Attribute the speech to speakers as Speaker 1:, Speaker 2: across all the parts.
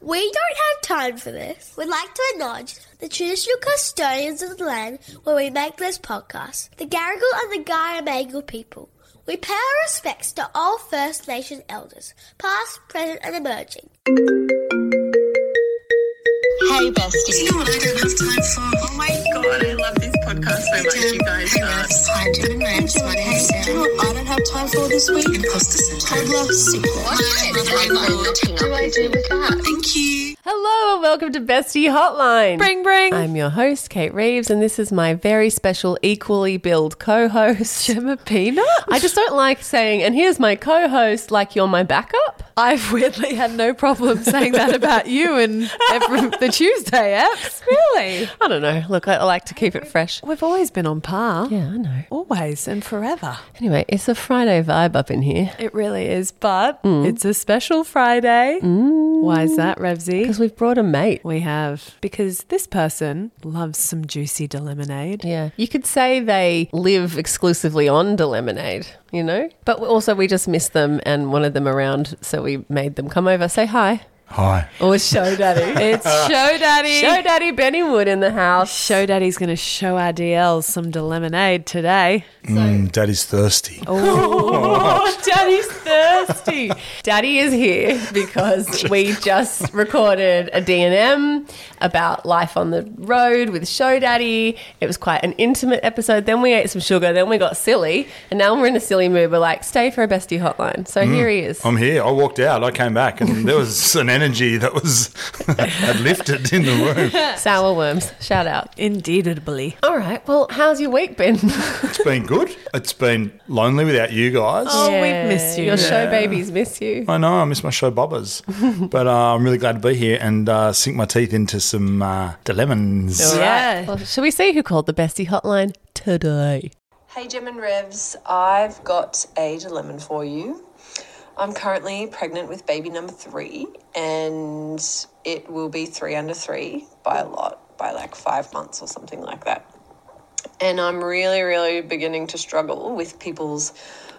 Speaker 1: We don't have time for this. We'd like to acknowledge the traditional custodians of the land where we make this podcast, the Garigal and the Garamangal people. We pay our respects to all First Nation elders, past, present, and emerging.
Speaker 2: Hey besties.
Speaker 3: You know what I don't have time for?
Speaker 2: Oh my god, I love this podcast so much, you guys.
Speaker 3: Hey
Speaker 2: Uh,
Speaker 3: refs, hi Jim. Hey Jim. Hey
Speaker 2: you know
Speaker 3: Sam.
Speaker 2: what I don't have time for this week?
Speaker 3: Imposter syndrome.
Speaker 2: Toddler sickness.
Speaker 3: What is Toddler?
Speaker 2: What do I do with that?
Speaker 3: Thank you.
Speaker 4: Hello and welcome to Bestie Hotline.
Speaker 5: Bring, bring.
Speaker 4: I'm your host, Kate Reeves, and this is my very special, equally billed co host.
Speaker 5: Gemma Peanut?
Speaker 4: I just don't like saying, and here's my co host, like you're my backup.
Speaker 5: I've weirdly had no problem saying that about you and every, the Tuesday apps. Really?
Speaker 4: I don't know. Look, I, I like to keep it fresh.
Speaker 5: We've always been on par.
Speaker 4: Yeah, I know.
Speaker 5: Always and forever.
Speaker 4: Anyway, it's a Friday vibe up in here
Speaker 5: It really is, but
Speaker 4: Mm.
Speaker 5: it's a special Friday. Why is that, Revsy?
Speaker 4: because we've brought a mate.
Speaker 5: We have, because this person loves some juicy de lemonade.
Speaker 4: Yeah. You could say they live exclusively on De Lemonade, you know? But also, we just missed them and wanted them around, so we made them come over, say hi.
Speaker 6: Hi.
Speaker 4: Or show daddy.
Speaker 5: It's Show Daddy.
Speaker 4: Show Daddy Benny Wood in the house.
Speaker 5: Show Daddy's going to show our DLs some de lemonade today.
Speaker 6: Mm, Daddy's thirsty.
Speaker 4: Oh, Daddy's thirsty. Daddy is here because we just recorded a D&M about life on the road with Show Daddy. It was quite an intimate episode. Then we ate some sugar. Then we got silly. And now we're in a silly mood. We're like, stay for a bestie hotline. So here he is.
Speaker 6: I'm here. I walked out. I came back, and there was an energy that was had lifted in the room.
Speaker 4: Sour worms. Shout out.
Speaker 5: Indeedably.
Speaker 4: All right. Well, how's your week been?
Speaker 6: It's been good. It's been lonely without you guys.
Speaker 5: Oh, we've missed you.
Speaker 4: Your show babies miss you.
Speaker 6: I know. I miss my show, Bobbers, but uh, I'm really glad to be here and uh, sink my teeth into some uh, dilemmas.
Speaker 5: Yeah.
Speaker 4: Well, shall we see who called the bestie hotline today?
Speaker 7: Hey, Gem and Revs, I've got a dilemma for you. I'm currently pregnant with baby number three, and it will be three under three by a lot, by like five months or something like that. And I'm really, really beginning to struggle with people's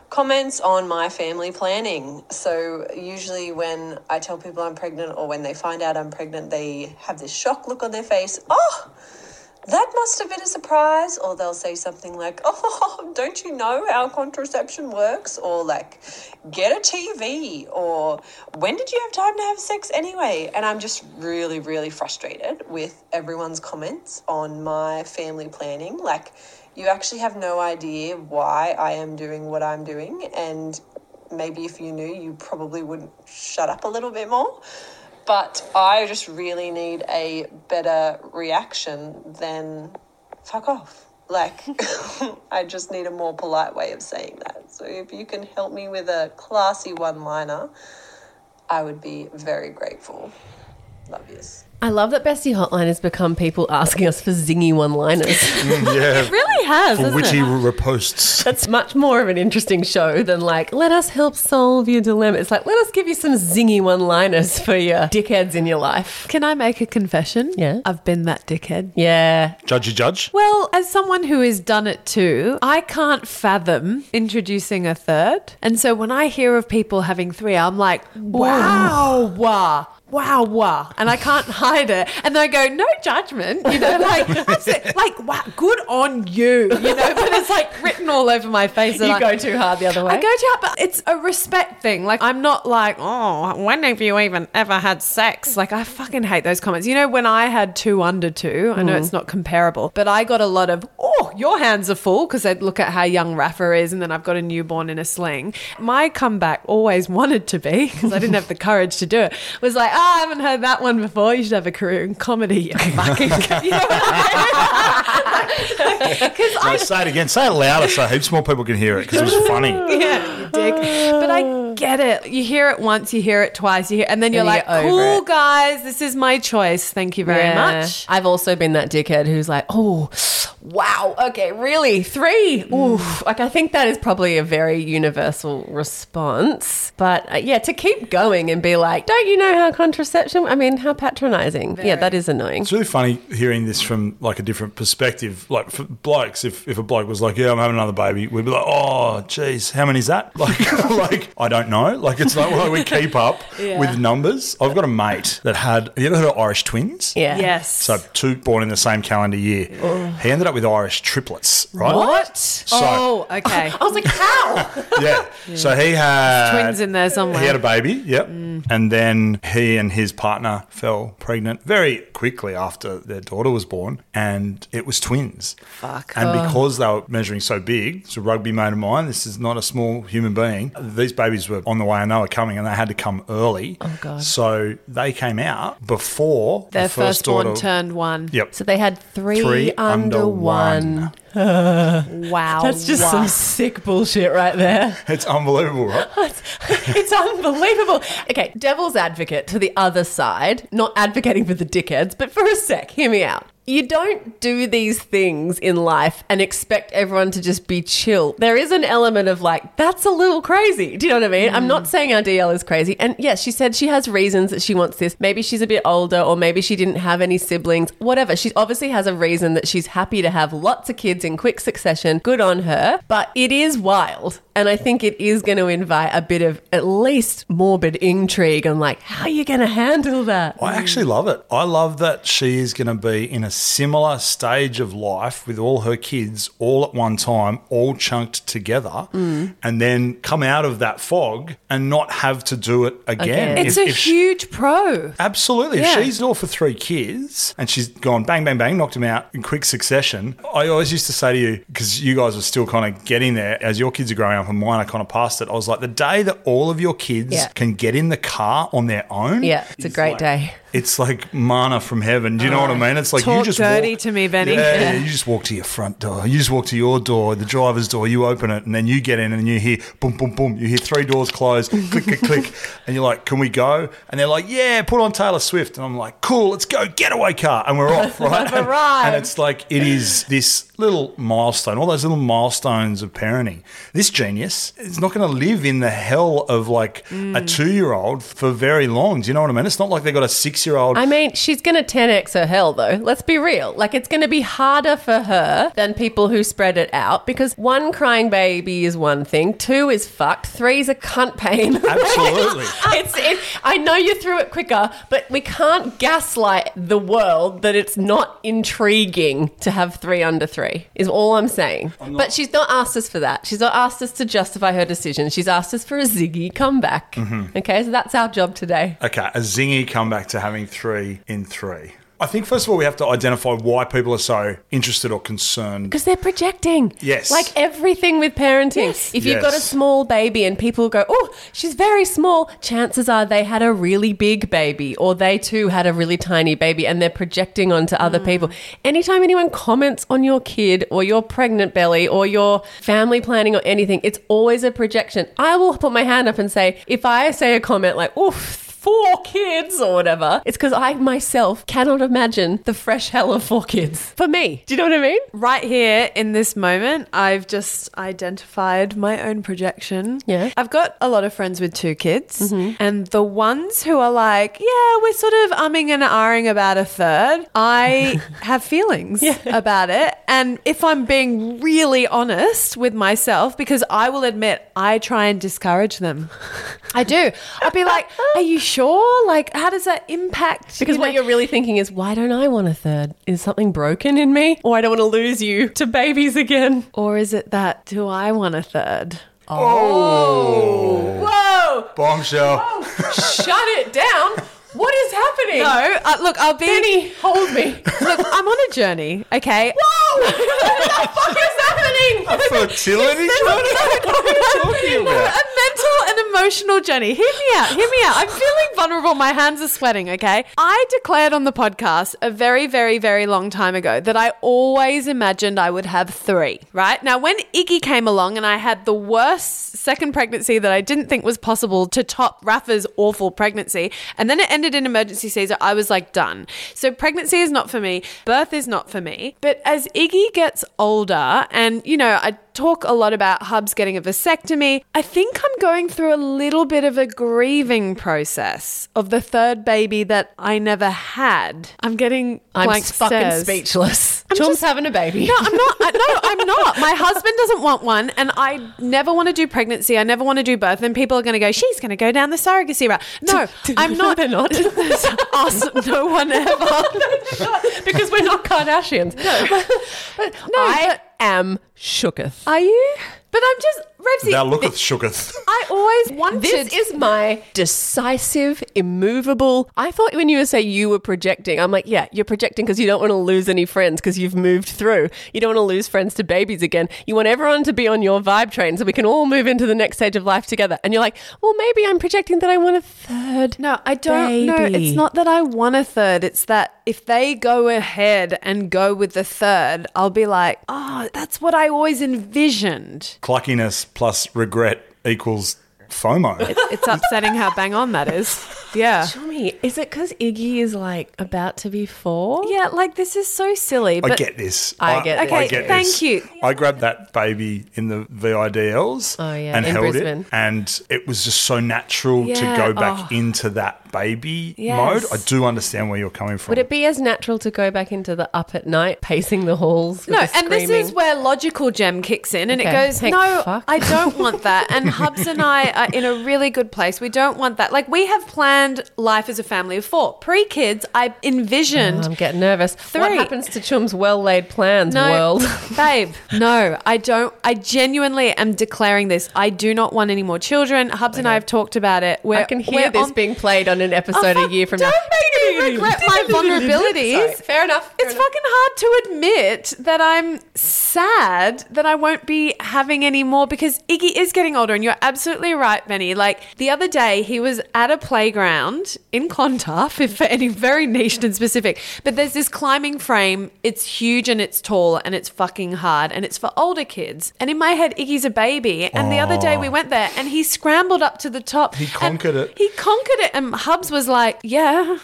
Speaker 7: comments on my family planning. So, usually, when I tell people I'm pregnant or when they find out I'm pregnant, they have this shock look on their face. Oh, that must have been a surprise. Or they'll say something like, Oh, don't you know how contraception works? Or like, Get a TV. Or When did you have time to have sex anyway? And I'm just really, really frustrated with everyone's comments on my family planning. Like, you actually have no idea why I am doing what I'm doing. And maybe if you knew, you probably wouldn't shut up a little bit more but I just really need a better reaction than fuck off. Like, I just need a more polite way of saying that. So, if you can help me with a classy one liner, I would be very grateful. Love yous.
Speaker 4: I love that Bestie Hotline has become people asking us for zingy one liners.
Speaker 6: Mm, yeah.
Speaker 5: Oh. really has,
Speaker 6: For
Speaker 5: hasn't
Speaker 6: which
Speaker 5: it?
Speaker 6: he reposts.
Speaker 4: That's much more of an interesting show than like, let us help solve your dilemma. It's like, let us give you some zingy one liners for your dickheads in your life.
Speaker 5: Can I make a confession?
Speaker 4: Yeah.
Speaker 5: I've been that dickhead.
Speaker 4: Yeah.
Speaker 6: Judge you judge.
Speaker 5: Well, as someone who has done it too, I can't fathom introducing a third. And so when I hear of people having three, I'm like, wow, wow. Wow, wow. And I can't hide it. And I go, no judgment. You know, like, I'm si- like, wow, good on you. You know, but it's like written all over my face. and
Speaker 4: You
Speaker 5: I-
Speaker 4: go too hard the other way.
Speaker 5: I go to but it's a respect thing. Like I'm not like, oh, when have you even ever had sex? Like I fucking hate those comments. You know, when I had two under two, I know it's not comparable, but I got a lot of, oh, your hands are full because they'd look at how young Rafa is, and then I've got a newborn in a sling. My comeback always wanted to be because I didn't have the courage to do it. Was like, ah, I haven't heard that one before. You should have a career in comedy. You fucking, you know what I mean? 'Cause
Speaker 6: No, say it again. Say it louder so heaps more people can hear it because it was funny.
Speaker 5: yeah, you dick. But I get it. You hear it once, you hear it twice, you hear, and then you're
Speaker 4: you
Speaker 5: like,
Speaker 4: get over
Speaker 5: "Cool,
Speaker 4: it."
Speaker 5: guys, this is my choice. Thank you very
Speaker 4: Yeah.
Speaker 5: much."
Speaker 4: I've also been that dickhead who's like, oh, Wow. Okay. Really? Three? Oof. Like, I think that is probably a very universal response. But uh, yeah, to keep going and be like, don't you know how contraception? I mean, how patronizing. Yeah, that is annoying.
Speaker 6: It's really funny hearing this from like a different perspective. Like for blokes, if, if a bloke was like, "Yeah, I'm having another baby," we'd be like, "Oh, geez, how many's that?" Like, like I don't know. Like it's like well, we keep up with numbers. I've got a mate that had. Have you ever heard of Irish twins?
Speaker 4: Yeah.
Speaker 5: Yes.
Speaker 6: So two born in the same calendar year. He ended up with Irish triplets. Right.
Speaker 4: What?
Speaker 5: oh, okay.
Speaker 6: Uh,
Speaker 4: I was like, how?
Speaker 6: Yeah. So he had
Speaker 5: Twins in there somewhere.
Speaker 6: He had a baby, yep. And then he and his partner fell pregnant very quickly after their daughter was born, and it was twins. Fuck. Oh. And because they were measuring so big, so rugby mate of mine, this is not a small human being. These babies were on the way, and they were coming, and they had to come early. Oh god. So they came out before
Speaker 5: Their
Speaker 6: the first
Speaker 5: firstborn
Speaker 6: daughter.
Speaker 5: turned one.
Speaker 6: Yep.
Speaker 4: So they had three,
Speaker 6: Three
Speaker 4: under,
Speaker 6: under
Speaker 4: one.
Speaker 6: one.
Speaker 5: Wow.
Speaker 4: That's just some sick bullshit right there.
Speaker 6: It's unbelievable, right?
Speaker 4: it's unbelievable. Okay, devil's advocate to the other side, not advocating for the dickheads, but for a sec, hear me out. You don't do these things in life and expect everyone to just be chill. There is an element of like, that's a little crazy. Do you know what I mean? I'm
Speaker 5: Mm.
Speaker 4: not saying our DL is crazy. And yes, she said she has reasons that she wants this. Maybe she's a bit older, or maybe she didn't have any siblings, whatever. She obviously has a reason that she's happy to have lots of kids in quick succession. Good on her. But it is wild. And I think it is going to invite a bit of at least morbid intrigue on like, how are you going to handle that?
Speaker 6: I actually love it. I love that she is going to be in a similar stage of life with all her kids all at one time, all chunked together, and then come out of that fog and not have to do it again.
Speaker 4: Again.
Speaker 6: If-
Speaker 5: It's a
Speaker 6: if she-
Speaker 5: huge pro.
Speaker 6: Absolutely.
Speaker 5: Yeah.
Speaker 6: If she's all for three kids and she's gone bang, bang, bang, knocked them out in quick succession. I always used to say to you, because you guys were still kind of getting there as your kids are growing up and mine are kind of past it. I was like, the day that all of your kids
Speaker 4: Yeah.
Speaker 6: can get in the car on their own.
Speaker 4: Yeah, it's a
Speaker 6: is
Speaker 4: great
Speaker 6: like-
Speaker 4: day.
Speaker 6: It's like mana from heaven. Do you know what I mean? It's like you
Speaker 5: Talk
Speaker 6: just
Speaker 5: dirty
Speaker 6: walk-
Speaker 5: to me, Benny.
Speaker 6: Yeah, yeah, you just walk to your front door. You just walk to your door, the driver's door. You open it, and then you get in, and you hear boom, boom, boom. You hear three doors close, click, click, click, and you're like, "Can we go?" And they're like, "Yeah, put on Taylor Swift." And I'm like, "Cool, let's go, getaway car," and we're off, right?
Speaker 4: I've arrived.
Speaker 6: And it's like it is this little milestone, all those little milestones of parenting. This genius is not going to live in the hell of like a two-year-old for very long. Do you know what I mean? It's not like they got a six-year-old
Speaker 4: I mean, she's going to 10x her hell, though. Let's be real. Like, it's going to be harder for her than people who spread it out because one crying baby is one thing, two is fucked, three's a cunt pain.
Speaker 6: Absolutely.
Speaker 4: it's, it, I know you're through it quicker, but we can't gaslight the world that it's not intriguing to have three under three, is all I'm saying. but she's not asked us for that. She's not asked us to justify her decision. She's asked us for a ziggy comeback. Okay, so that's our job today.
Speaker 6: Okay, a zingy comeback to having three in three. I think first of all we have to identify why people are so interested or concerned.
Speaker 4: Because they're projecting.
Speaker 6: Yes.
Speaker 4: Like everything with parenting. If you've got a
Speaker 6: Yes.
Speaker 4: small baby and people go, oh, she's very small, chances are they had a really big baby or they too had a really tiny baby and they're projecting onto other
Speaker 6: Mm.
Speaker 4: people. Anytime anyone comments on your kid or your pregnant belly or your family planning or anything, it's always a projection. I will put my hand up and say, if I say a comment like, oof, Four kids or whatever. It's because I myself cannot imagine the fresh hell of four kids. For me. Do you know what I mean?
Speaker 5: Right here in this moment, I've just identified my own projection.
Speaker 4: Yeah.
Speaker 5: I've got a lot of friends with two kids, and the ones who are like, yeah, we're sort of umming and ahhing about a third, I have feelings about it. And if I'm being really honest with myself, because I will admit, I try and discourage them. I do. I'll be like, are you sure? Like, how does that impact?
Speaker 4: Because
Speaker 5: you
Speaker 4: what
Speaker 5: know-
Speaker 4: you're really thinking is, why don't I want a third? Is something broken in me? Or I don't want to lose you to babies again.
Speaker 5: Or is it that, do I want a third?
Speaker 6: Oh,
Speaker 4: Whoa!
Speaker 6: bombshell!
Speaker 4: Shut it down! What is happening?
Speaker 5: No, uh, look, I'll be.
Speaker 4: Benny, hold me.
Speaker 5: Look, I'm on a journey, okay?
Speaker 4: Whoa! what the fuck is happening?
Speaker 6: Fertility? What are you talking
Speaker 5: No,
Speaker 6: about?
Speaker 5: a mental and emotional, Jenny. Hear me out. Hear me out. I'm feeling vulnerable. My hands are sweating, okay? I declared on the podcast a very, very, very long time ago that I always imagined I would have three, right? Now, when Iggy came along and I had the worst second pregnancy that I didn't think was possible to top Rafa's awful pregnancy, and then it ended in emergency Caesar, I was like, done. So, pregnancy is not for me, birth is not for me. But as Iggy gets older, and, you know, I talk a lot about Hub's getting a vasectomy. I think I'm going through a little bit of a grieving process of the third baby that I never had. I'm getting
Speaker 4: I'm
Speaker 5: blank
Speaker 4: fucking
Speaker 5: stares.
Speaker 4: speechless. Chum's having a baby.
Speaker 5: No, I'm not. I, no, I'm not. My husband doesn't want one, and I never want to do pregnancy. I never want to do birth. And people are going to go, she's going to go down the surrogacy route. No, I'm not.
Speaker 4: They're not.
Speaker 5: Us, no one ever.
Speaker 4: because we're not Kardashians. No, but I am shooketh.
Speaker 5: Are you? But I'm just, Revsy.
Speaker 6: Thou looketh shooketh.
Speaker 5: I always wanted.
Speaker 4: This is my decisive, immovable. I thought when you were saying you were projecting, I'm like, yeah, you're projecting because you don't want to lose any friends because you've moved through. You don't want to lose friends to babies again. You want everyone to be on your vibe train so we can all move into the next stage of life together. And you're like, well, maybe I'm projecting that I want a third.
Speaker 5: No, I don't know.
Speaker 4: baby.
Speaker 5: It's not that I want a third. It's that if they go ahead and go with the third, I'll be like, oh, that's what I always envisioned.
Speaker 6: Cluckiness plus regret equals FOMO.
Speaker 5: It's upsetting how bang on that is. Yeah.
Speaker 4: Tommy, is it because Iggy is like about to be four?
Speaker 5: Yeah, like this is so silly. But
Speaker 6: I get this.
Speaker 4: I get this.
Speaker 5: Okay, thank you.
Speaker 6: I grabbed that baby in the VIDLs
Speaker 4: Oh, yeah,
Speaker 6: and
Speaker 4: in
Speaker 6: held
Speaker 4: Brisbane.
Speaker 6: it. And it was just so natural
Speaker 5: Yeah,
Speaker 6: to go back
Speaker 5: oh.
Speaker 6: into that baby
Speaker 5: Yes.
Speaker 6: mode. I do understand where you're coming from.
Speaker 4: Would it be as natural to go back into the up at night, pacing the halls?
Speaker 5: No, and this is where logical gem kicks in, and it
Speaker 4: Okay.
Speaker 5: goes,
Speaker 4: Thank
Speaker 5: no,
Speaker 4: fuck."
Speaker 5: I don't want that. And Hubs and I are in a really good place. We don't want that. Like we have planned life as a family of four, pre kids. I envisioned
Speaker 4: I'm getting nervous. What
Speaker 5: Three.
Speaker 4: happens to Chum's well laid plans, world?
Speaker 5: babe, no, I don't. I genuinely am declaring this. I do not want any more children. Hubs and I have talked about it. We're,
Speaker 4: I can hear
Speaker 5: we're
Speaker 4: this
Speaker 5: on-
Speaker 4: being played on an episode
Speaker 5: Oh,
Speaker 4: a year from
Speaker 5: don't
Speaker 4: now.
Speaker 5: make me regret my vulnerabilities.
Speaker 4: Sorry, fair enough. fair
Speaker 5: It's
Speaker 4: enough.
Speaker 5: fucking hard to admit that I'm sad that I won't be having any more because Iggy is getting older, and you're absolutely right, Benny. Like the other day, he was at a playground in Clontarf, if for any very niche and specific. But there's this climbing frame. It's huge and it's tall and it's fucking hard and it's for older kids. And in my head, Iggy's a baby. And the other day we went there and he scrambled up to the top.
Speaker 6: He
Speaker 5: and
Speaker 6: conquered it.
Speaker 5: He conquered it, and Hubs was like, "Yeah."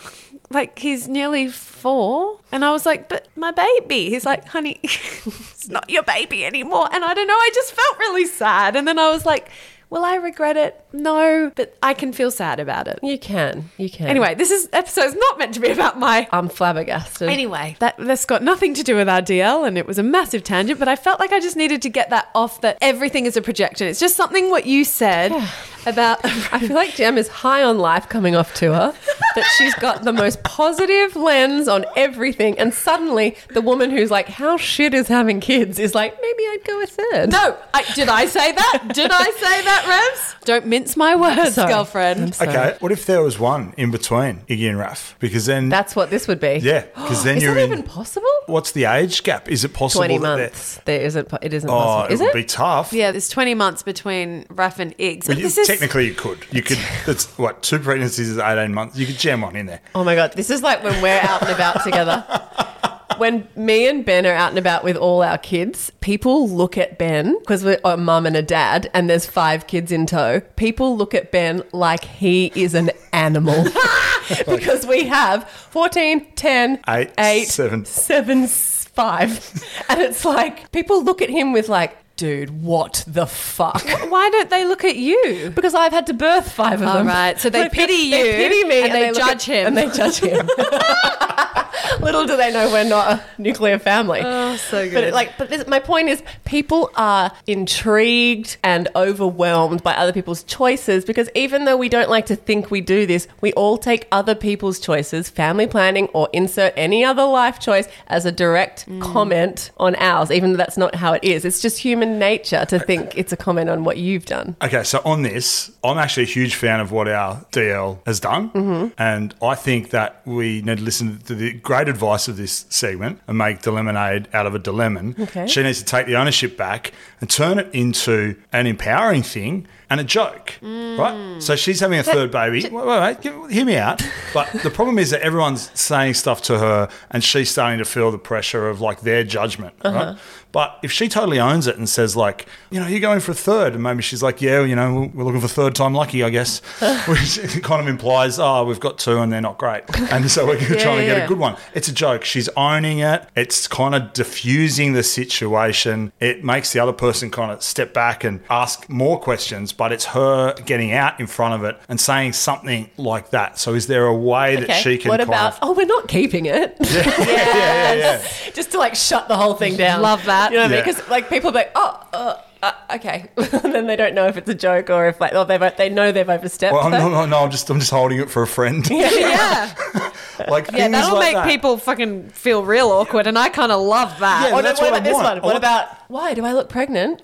Speaker 5: Like he's nearly four, and I was like, "But my baby." He's like, "Honey, it's not your baby anymore." And I don't know. I just felt really sad, and then I was like, "Will I regret it? No, but I can feel sad about it."
Speaker 4: You can. You can.
Speaker 5: Anyway, this is episode's not meant to be about my
Speaker 4: I'm flabbergasted.
Speaker 5: Anyway, that, that's got nothing to do with our DL, and it was a massive tangent, but I felt like I just needed to get that off that everything is a projection. It's just something what you said about.
Speaker 4: I feel like Jem is high on life coming off tour, that she's got the most positive lens on everything. And suddenly, the woman who's like, How shit is having kids is like, Maybe I'd go a third.
Speaker 5: no, I, did I say that? Did I say that, Revs? Don't mince my words,
Speaker 4: Sorry.
Speaker 5: girlfriend.
Speaker 6: okay. What if there was one in between Iggy and Raf? Because then,
Speaker 4: That's what this would be.
Speaker 6: yeah, because then
Speaker 4: Is
Speaker 6: you're
Speaker 4: that
Speaker 6: in.
Speaker 4: even possible?
Speaker 6: what's the age gap? Is it possible?
Speaker 4: 20
Speaker 6: that they're-
Speaker 4: months. There isn't, po- it isn't
Speaker 6: Oh,
Speaker 4: possible.
Speaker 6: it
Speaker 4: Is
Speaker 6: would
Speaker 4: it?
Speaker 6: be tough.
Speaker 5: Yeah, there's 20 months between Ruff and Iggs.
Speaker 6: Well,
Speaker 5: But
Speaker 6: you-
Speaker 5: this is-
Speaker 6: technically, you could. You could. That's what two pregnancies is eighteen months. You could jam one in there.
Speaker 4: Oh my god, this is like when we're out and about together. When me and Ben are out and about with all our kids, people look at Ben because we're a mum and a dad, and there's five kids in tow. People look at Ben like he is an animal because we have 14, 10,
Speaker 6: Eight,
Speaker 4: 8,
Speaker 6: seven.
Speaker 4: 7, s- 5. And it's like people look at him with, like, dude, what the fuck?
Speaker 5: why don't they look at you?
Speaker 4: Because I've had to birth five of
Speaker 5: All
Speaker 4: them.
Speaker 5: right, so they pity you
Speaker 4: They pity me,
Speaker 5: and they
Speaker 4: look at-
Speaker 5: judge him.
Speaker 4: and they judge him. Little do they know we're not a nuclear family.
Speaker 5: Oh, so good.
Speaker 4: But it, like, but this, my point is, people are intrigued and overwhelmed by other people's choices because even though we don't like to think we do this, we all take other people's choices, family planning, or insert any other life choice as a direct
Speaker 5: Mm.
Speaker 4: comment on ours, even though that's not how it is. It's just human nature to think it's a comment on what you've done.
Speaker 6: Okay, so on this, I'm actually a huge
Speaker 4: Mm-hmm.
Speaker 6: fan of what our DL has done, and I think that we need to listen to the great advice of this segment and make the lemonade out of a dilemma.
Speaker 4: Okay.
Speaker 6: She needs to take the ownership back and turn it into an empowering thing and a joke, right? So she's having a third baby. Wait, wait, wait, give- hear me out. But the problem is that everyone's saying stuff to her and she's starting to feel the pressure of like their judgment, right? But if she totally owns it and says like, you know, you're going for a third, and maybe she's like, yeah, you know, we're- we're looking for third time lucky, I guess, which kind of implies, oh, we've got two and they're not great, and so we're trying to
Speaker 4: yeah,
Speaker 6: get
Speaker 4: yeah.
Speaker 6: a good one. It's a joke. She's owning it. It's kind of diffusing the situation. It makes the other person kind of step back and ask more questions, but it's her getting out in front of it and saying something like that. So is there a way that she can
Speaker 4: what
Speaker 6: kind
Speaker 4: about?
Speaker 6: of
Speaker 4: Oh, we're not keeping it.
Speaker 6: yeah, yeah.
Speaker 4: Just to like shut the whole thing down.
Speaker 5: Love that.
Speaker 4: You know what I mean?
Speaker 6: Yeah.
Speaker 4: oh, Because like people are like, oh, uh, uh, okay, and then they don't know if it's a joke or if like, oh, they've they know they've overstepped.
Speaker 6: Well, I'm, no, no, no, I'm just I'm just holding it for a friend.
Speaker 5: yeah,
Speaker 6: like
Speaker 5: yeah,
Speaker 6: things
Speaker 5: that'll
Speaker 6: like
Speaker 5: make
Speaker 6: that.
Speaker 5: people fucking feel real awkward, and I kind of love that.
Speaker 6: Yeah.
Speaker 4: Or Oh, no,
Speaker 6: that's
Speaker 4: what,
Speaker 6: what
Speaker 4: about
Speaker 6: I
Speaker 4: this
Speaker 6: want.
Speaker 4: one?
Speaker 6: I
Speaker 4: What
Speaker 6: want-
Speaker 4: about why do I look pregnant?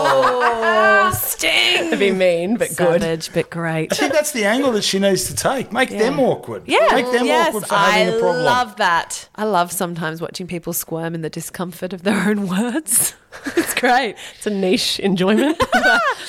Speaker 5: Oh, sting!
Speaker 4: Be mean, but good.
Speaker 5: Savage, but great.
Speaker 6: I think that's the angle that she needs to take. Make them awkward.
Speaker 5: Yeah,
Speaker 6: Make them
Speaker 5: yes,
Speaker 6: awkward for having
Speaker 5: I
Speaker 6: a problem.
Speaker 5: love that. I love sometimes watching people squirm in the discomfort of their own words. it's great.
Speaker 4: It's a niche enjoyment.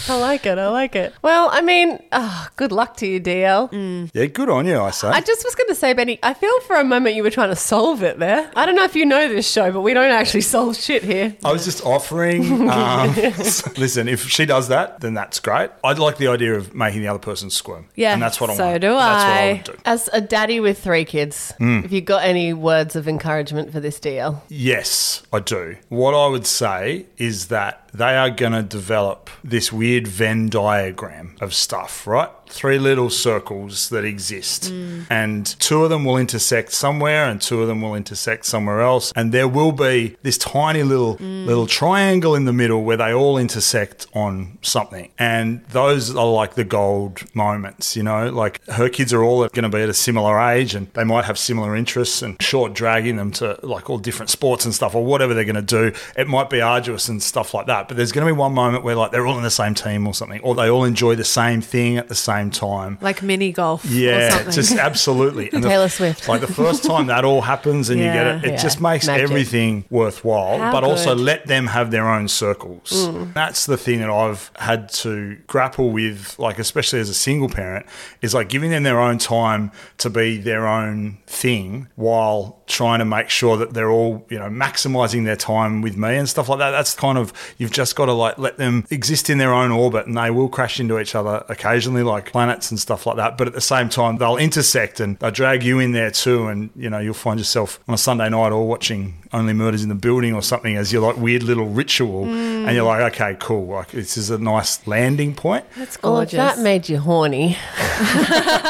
Speaker 4: I like it. I like it. Well, I mean, oh, good luck to you, DL.
Speaker 5: Mm.
Speaker 6: yeah, good on you, I say.
Speaker 4: I just was going to say, Benny, I feel for a moment you were trying to solve it there. I don't know if you know this show, but we don't actually solve shit here.
Speaker 6: I was just offering. Um, listen, if she does that, then that's great. I'd like the idea of making the other person squirm.
Speaker 5: Yeah,
Speaker 6: and that's what I
Speaker 5: so
Speaker 6: want.
Speaker 5: do
Speaker 6: That's what
Speaker 5: I.
Speaker 6: I would do. Mm.
Speaker 4: As a daddy with three kids, have you got any words of encouragement for this DL?
Speaker 6: Yes, I do. What I would say is that they are going to develop this weird Venn diagram of stuff, right? Three little circles that exist, and two of them will intersect somewhere, and two of them will intersect somewhere else, and there will be this tiny little little triangle in the middle where they all intersect on something, and those are like the gold moments, you know. Like her kids are all going to be at a similar age, and they might have similar interests, and short dragging them to like all different sports and stuff or whatever they're going to do. It might be arduous and stuff like that, but there's going to be one moment where like they're all in the same team or something, or they all enjoy the same thing at the same time.
Speaker 5: Like mini golf. or
Speaker 6: Yeah,
Speaker 5: something.
Speaker 6: just absolutely. And the-
Speaker 4: Taylor Swift.
Speaker 6: Like the first time that all happens and
Speaker 5: Yeah.
Speaker 6: you get it, it
Speaker 4: Yeah.
Speaker 6: just makes
Speaker 4: Magic.
Speaker 6: everything worthwhile.
Speaker 5: How
Speaker 6: but also
Speaker 5: good. Mm.
Speaker 6: let them have their own circles. That's the thing that I've had to grapple with, like especially as a single parent, is like giving them their own time to be their own thing while trying to make sure that they're all, you know, maximizing their time with me and stuff like that. That's kind of you've just got to like let them exist in their own orbit and they will crash into each other occasionally like planets and stuff like that. But at the same time they'll intersect and they'll drag you in there too and you know, you'll find yourself on a Sunday night all watching only murders in the building or something as your like weird little ritual
Speaker 5: Mm.
Speaker 6: and you're like, Okay, cool, like this is a nice landing point.
Speaker 5: That's
Speaker 4: Well, if
Speaker 5: gorgeous.
Speaker 4: Oh, that made you horny,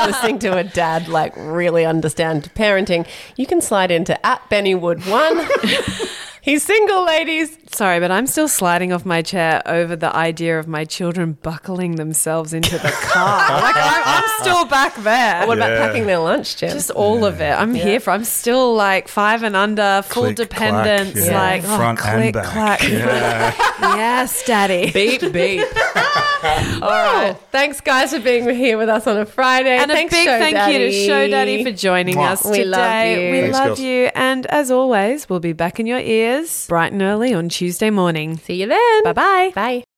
Speaker 4: listening to a dad like really understand parenting, you can slide into at Benny Wood one. He's single, ladies.
Speaker 5: Sorry, but I'm still sliding off my chair over the idea of my children buckling themselves into the car. like I'm, I'm still back there.
Speaker 4: What about
Speaker 6: Yeah.
Speaker 4: packing their lunch, Jen?
Speaker 5: Just all of it. I'm here for. I'm still like five and under, full
Speaker 6: Click, clack,
Speaker 5: dependence.
Speaker 6: yeah.
Speaker 5: Like oh,
Speaker 6: front
Speaker 5: click,
Speaker 6: and back.
Speaker 5: clack.
Speaker 6: Yeah.
Speaker 5: yes, daddy.
Speaker 4: beep beep. all right. Thanks, guys, for being here with us on a Friday.
Speaker 5: And
Speaker 4: Thanks,
Speaker 5: a big
Speaker 4: Show
Speaker 5: thank you
Speaker 4: Daddy.
Speaker 5: to Show Daddy for joining
Speaker 6: Mwah.
Speaker 5: us
Speaker 4: We
Speaker 5: today.
Speaker 4: love you.
Speaker 5: We
Speaker 6: Thanks,
Speaker 5: love
Speaker 6: girls.
Speaker 5: you. And as always, we'll be back in your ears bright and early on Tuesday morning.
Speaker 4: See you then.
Speaker 5: Bye bye.
Speaker 4: Bye.